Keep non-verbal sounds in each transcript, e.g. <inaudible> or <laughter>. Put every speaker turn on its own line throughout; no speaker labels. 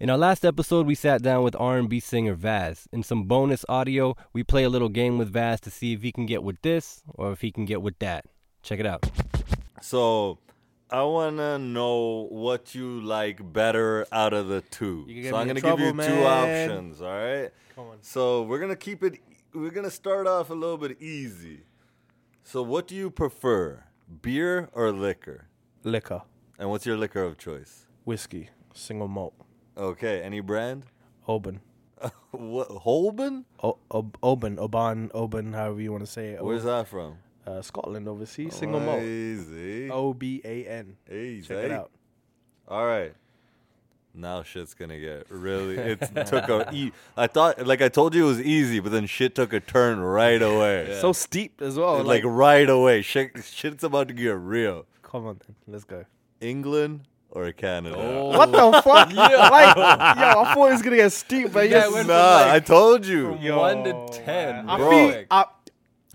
In our last episode, we sat down with R&B singer Vaz. In some bonus audio, we play a little game with Vaz to see if he can get with this or if he can get with that. Check it out.
So I wanna know what you like better out of the two.
You're gonna
so I'm
get
gonna
in
give you
trouble,
two
man.
options, all right?
Come on.
So we're gonna keep it we're gonna start off a little bit easy. So what do you prefer? Beer or liquor?
Liquor,
And what's your liquor of choice?
whiskey, single malt,
Okay, any brand? <laughs>
Oban,
what Holben?
o- Ob- Oban, Oban, Oban, however you want to say it.
Where's that from?
uh, Scotland, obviously. Single malt,
Easy.
O B A N.
Easy.
Check it out.
All right. Now shit's gonna get really.
<laughs>
It took a. E- I thought, like I told you, it was easy, but then shit took a turn right away.
So steep as well.
like,
Like,
right away, shit, shit's about to get real.
come on, then. let's go.
England or Canada?
<laughs> What the <laughs> fuck? Like, yo, I thought it was gonna get steep, but
Yeah,
yes.
it went
Nah,
like-
I told you.
Yo,
One to ten.
I
bro.
feel, I,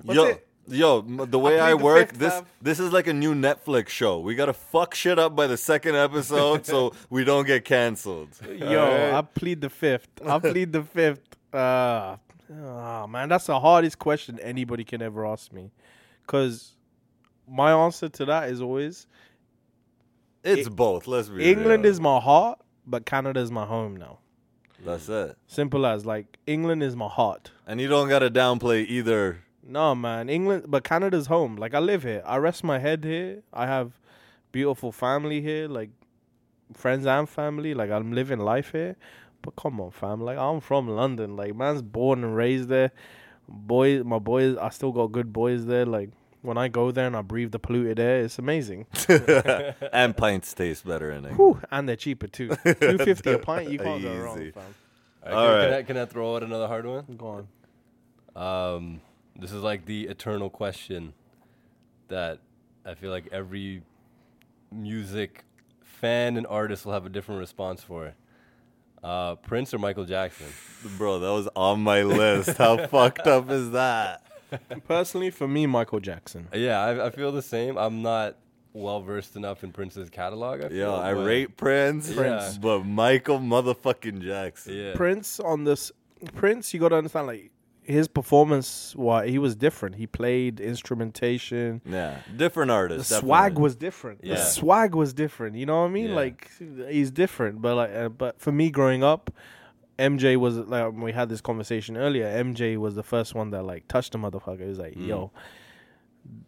what's
Yo,
it?
yo, m- the way
plead
I,
the
work,
fifth,
this
Tav.
this is like a new Netflix show. We gotta fuck shit up by the second episode
<laughs>
so we don't get canceled.
Yo, I plead the fifth. I plead the fifth. Uh, ah, man, that's the hardest question anybody can ever ask me, because my answer to that is always
it's both. Let's be
England
real.
is my heart, but Canada is my home now.
That's it.
Simple as like England is my heart.
And you don't gotta downplay either
No, man, England, but Canada's home. Like I live here. I rest my head here. I have beautiful family here, like friends and family. Like I'm living life here. But come on, fam. Like I'm from London. Like man's born and raised there. Boy, my boys, I still got good boys there. Like when I go there and I breathe the polluted air, it's amazing.
<laughs> and pints taste better in England.
<laughs> Whew, and they're cheaper <laughs> too. Two fifty a pint. You can't go
Easy.
wrong, fam.
All
can,
right.
I, can I throw out another hard one?
Go on.
Um, this is like the eternal question that I feel like every music fan and artist will have a different response for. Uh, Prince or Michael
<laughs>
Jackson?
Bro, that was on my list.
<laughs>
How fucked up is that?
Personally, for me, Michael Jackson.
Yeah, I, I feel the same. I'm not well versed enough in Prince's catalog. I feel,
Yo,
Oh,
I
but-
rate Prince,
Prince.
but Michael motherfucking Jackson.
Yeah.
Prince on this Prince, you got to understand like his performance. Why he was different. He played instrumentation.
Yeah, different
The
artists.
swag
definitely.
was different.
Yeah.
The swag was different. You know what I mean?
Yeah.
Like he's different. But like, uh, but for me growing up, MJ was like um, we had this conversation earlier. MJ was the first one that like touched the motherfucker. It was like,
Mm.
yo,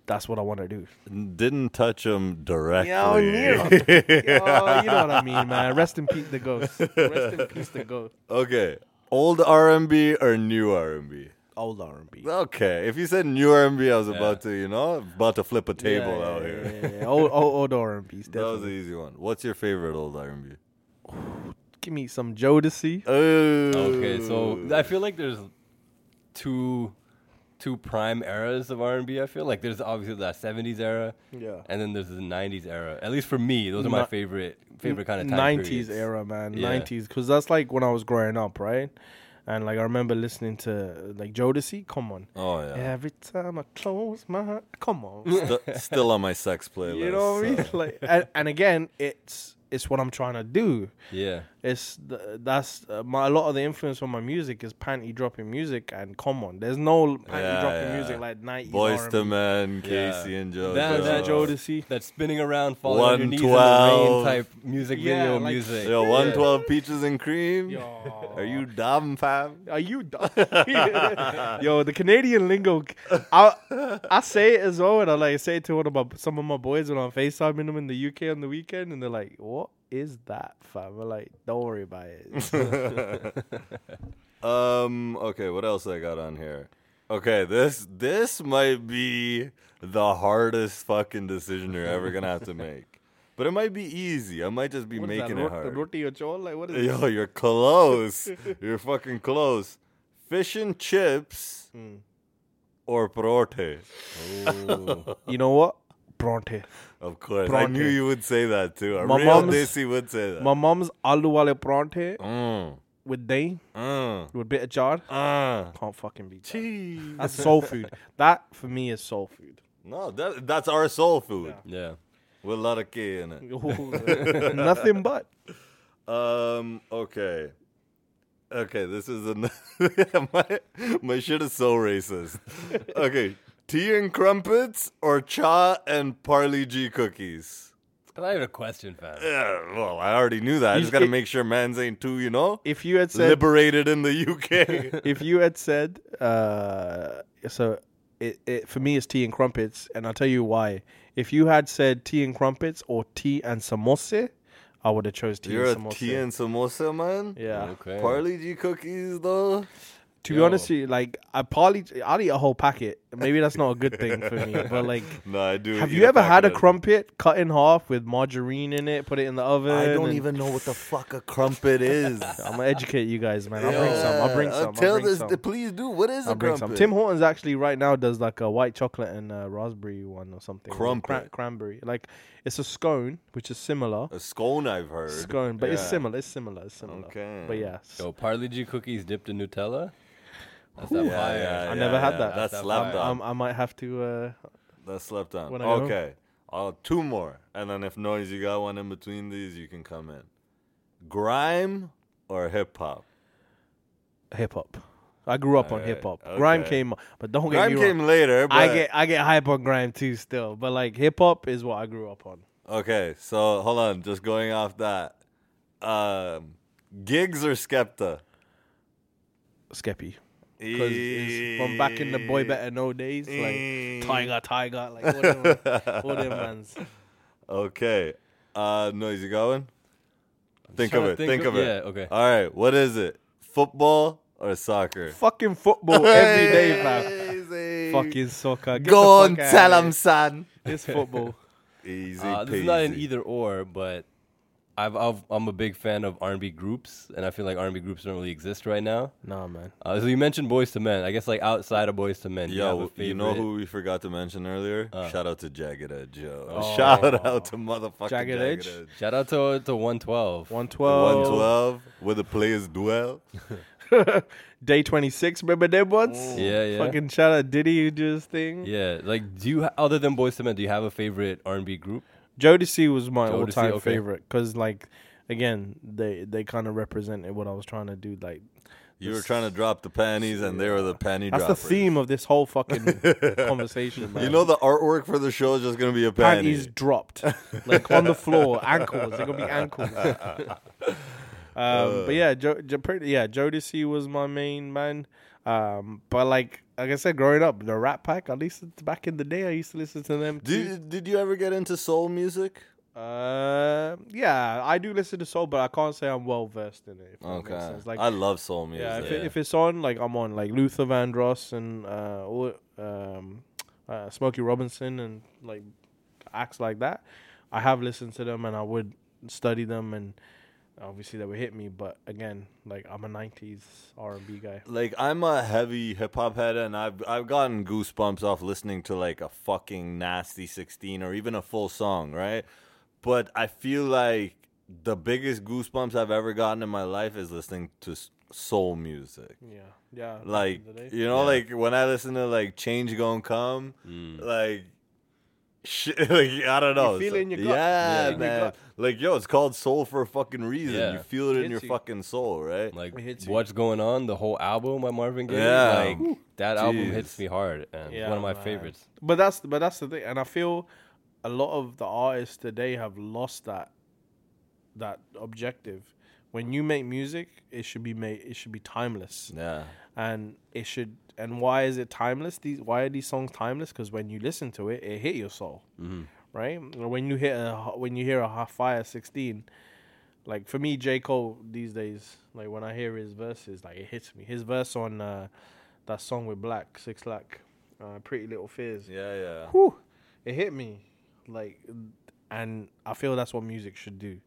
that's what I want
<laughs>
to do.
didn't touch him directly. <laughs>
Yo, Neo. oh, you know what I mean, man. Rest in peace, the ghost. Rest in peace, the ghost.
okay, old R and B or new R and B?
Old R&B.
Okay, if you said new R and B, I was about to, you know, about to flip a table
yeah,
out
yeah,
here.
Yeah, yeah, yeah. Old, old, old R&B.
That was an easy one. What's your favorite old R and B?
Give me some Jodeci.
Okay, so I feel like there's two two prime eras of R&B. I feel like there's obviously that 70s era,
Yeah.
and then there's the 90s era. At least for me, those are my
Ni-
favorite favorite kind of time
90s
periods.
era, man.
Yeah.
90s. Because that's like when I was growing up, right? And like I remember listening to like Jodeci. Come on.
Oh yeah.
Every time I close my eyes.
<laughs>
Come on.
St- still on my sex playlist.
you know what I mean?
so-
<laughs> Like, and, and again, it's it's what I'm trying to do.
Yeah.
It's the, that's uh, my a lot of the influence on my music is panty dropping music and come on, there's no panty
Yeah,
dropping
yeah.
music like 90s.
Boys to
R&B.
Men, Casey and Joe.
That, that
Joe Jodeci.
That spinning around, falling on your knees in the
112.
rain type music
Yeah,
video
like-
music.
Yo,
Yeah.
112 Peaches and Cream.
Yo.
Are you dumb,
<laughs>
fam?
Are you dumb? Yo, the Canadian lingo. I I say it as well, and I like say it to one of my some of my boys when I'm FaceTiming them in the UK on the weekend, and they're like, "What is that, fam?" We're like, "Don't worry about
<laughs>
it."
Um, okay, what else I got on here? Okay, this this might be the hardest fucking decision you're ever gonna have to make. But it might be easy. I might just be
What is
making
that,
it
rot-
hard.
Roti or chol? Like, what is
Yo, you're
<laughs>
close. you're fucking close. Fish and chips
Hmm.
or prote.
Ooh.
You know what? Bronte.
Of course. I
Pronte.
knew you would say that too. A
My
real
mom's-
Desi would say that.
My mom's aloo wale bronte
Mm,
with day
mm,
with bit of chard.
mm.
Can't fucking beat that.
Gee.
That's soul food. That for me is
<laughs>
soul food.
No, that, that's our soul food
yeah.
with a lot of K in it.
Nothing but.
Um. Okay. Okay. This is an <laughs> my my shit is so racist. Okay. Tea and crumpets or cha and Parley G cookies?
That's not even a question, fam.
Yeah, well, I already knew that. I
You-
just got to
it-
make sure man's ain't too, you know,
If you had said
liberated
<laughs>
in the UK.
if you had said uh so it, it for me it's tea and crumpets and I'll tell you why. If you had said tea and crumpets or tea and samosa, I would have chose
<laughs>
tea
You're a
and samosa.
tea and samosa man.
yeah.
Okay.
Parley G cookies though.
To be
Yo.
honest, with you, like I probably I'll eat a whole packet. Maybe that's not a good thing for me, but
<laughs>
like,
No, I do.
have
eat
you ever had a
packet of-
crumpet cut in half with margarine in it? Put it in the oven.
I don't
and-
even know
<laughs>
what the fuck a crumpet is. uh,
I'm gonna educate you guys, man. I'll bring some. I'll bring some. I'll
Tell
bring
this,
some.
please do. What is
I'll
a
bring
crumpet?
some. Tim Hortons actually right now does like a white chocolate and uh raspberry one or something. Or cran-
Crumpet.
cranberry. Like it's a scone, which is similar.
a scone, I've heard.
Scone, but it's
Yeah.
similar. It's similar. It's similar.
Okay.
But yeah. s-
Yo, Parley G cookies dipped in Nutella. That's that
Yeah,
fire.
yeah, yeah,
I never had
yeah.
that.
That's
That's
slapped
fire.
on.
um, I might have to. uh
That's slapped on.
when I go home.
Okay. Uh, two more. And then if noise, you got one in between these, you can come in. Grime or hip hop?
Hip hop. I grew up on
Alright,
hip hop. Grime
Uh, okay.
came, but don't get
Grime
me wrong.
came later, but.
I get I get hype on grime too still, but like hip hop is what I grew up on.
Okay, so hold on. Just going off that. Um, gigs or Skepta?
Skeppy. Because it's from back in the boy better know days,
Eh.
like Tiger, Tiger, like all them, all
<laughs>
them mans.
Okay. Uh, noise, you got one? Think
trying
of
to
it. Think,
think
of,
of-
it.
yeah, okay.
All right. What is it? Football or soccer?
Fucking football every day, fam.
Easy.
Fucking soccer. Get
Go
the
on,
fuck outta
tell
here.
him, son.
It's football.
<laughs>
Easy.
Uh, this is not an either or, but I've, I've, I'm a big fan of R&B groups, and I feel like R&B groups don't really exist right now.
nah, man.
Uh, so you mentioned Boys to Men. I guess like outside of Boys to Men, do you have a
Yo, you, know
favorite-
who we forgot to mention earlier?
Uh.
Shout out to Jagged Edge. Yo.
Oh.
Shout out to motherfucking
Jagged
Jagged,
Edge?
Edge.
Shout out to to 112.
112.
112, where the players duel.
Day 26. Remember them ones?
Yeah, yeah.
Fucking shout out Diddy who did this thing.
Yeah, like do you ha- other than Boys to Men, do you have a favorite R&B group?
Jodeci was my
Jodeci,
all time
okay.
favorite because, like, again, they, they kind of represented what I was trying to do. Like,
You were trying to drop the panties, and they were the panty
that's
droppers.
the theme of this
<laughs>
whole fucking conversation, man.
You know the artwork for the show is just gonna be a
panties
panty.
dropped, like on the floor, ankles. They're gonna
<laughs>
be ankles. um,
Uh.
but yeah, jo- jo- pretty, yeah, Jodeci was my main man. Um, but like, like I said, growing up, the Rat Pack. At least it's back in the day, I used to listen to them. Too.
Did Did you ever get into soul music?
Uh, yeah, I do listen to soul, but I can't say I'm well versed in it. if that makes
Okay,
sense. like
I love soul music.
yeah, if,
yeah.
It, if it's on, like I'm on, like Luther Vandross and uh, all, um, uh, Smokey Robinson and like acts like that. I have listened to them and I would study them, and obviously they would hit me. But again, like I'm a '90s R&B guy.
like I'm a heavy hip hop head, and I've I've gotten goosebumps off listening to like a fucking nasty sixteen or even a full song, right? But I feel like the biggest goosebumps I've ever gotten in my life is listening to s- soul music.
Yeah, yeah. back in
Like
the day.
you know, like when I listen to like Change Gonna Come,
Mm.
like. Shit, <laughs> like, I don't know.
feel it in your gut.
Yeah,
Yeah. In your
man.
gut.
Like, yo, it's called soul for a fucking reason.
Yeah.
You feel it in
Hits
your
you.
fucking soul, right?
Like
It hits you.
what's going on? The whole album by Marvin Gaye.
Yeah.
like that album
Jeez.
hits me hard, and it's
Yeah,
one of my
man.
favorites.
But that's but that's the thing, and I feel a lot of the artists today have lost that that objective. When you make music, it should be made. It should be timeless.
yeah.
and it should and why is it timeless these why are these songs timeless because when you listen to it it hit your soul right Or when you hit a, when you hear a hot fire 16 like for me j cole these days like when i hear his verses like it hits me his verse on uh, that song with black six lack uh, pretty little fears
Yeah, yeah.
Whew, it hit me like and i feel that's what music should do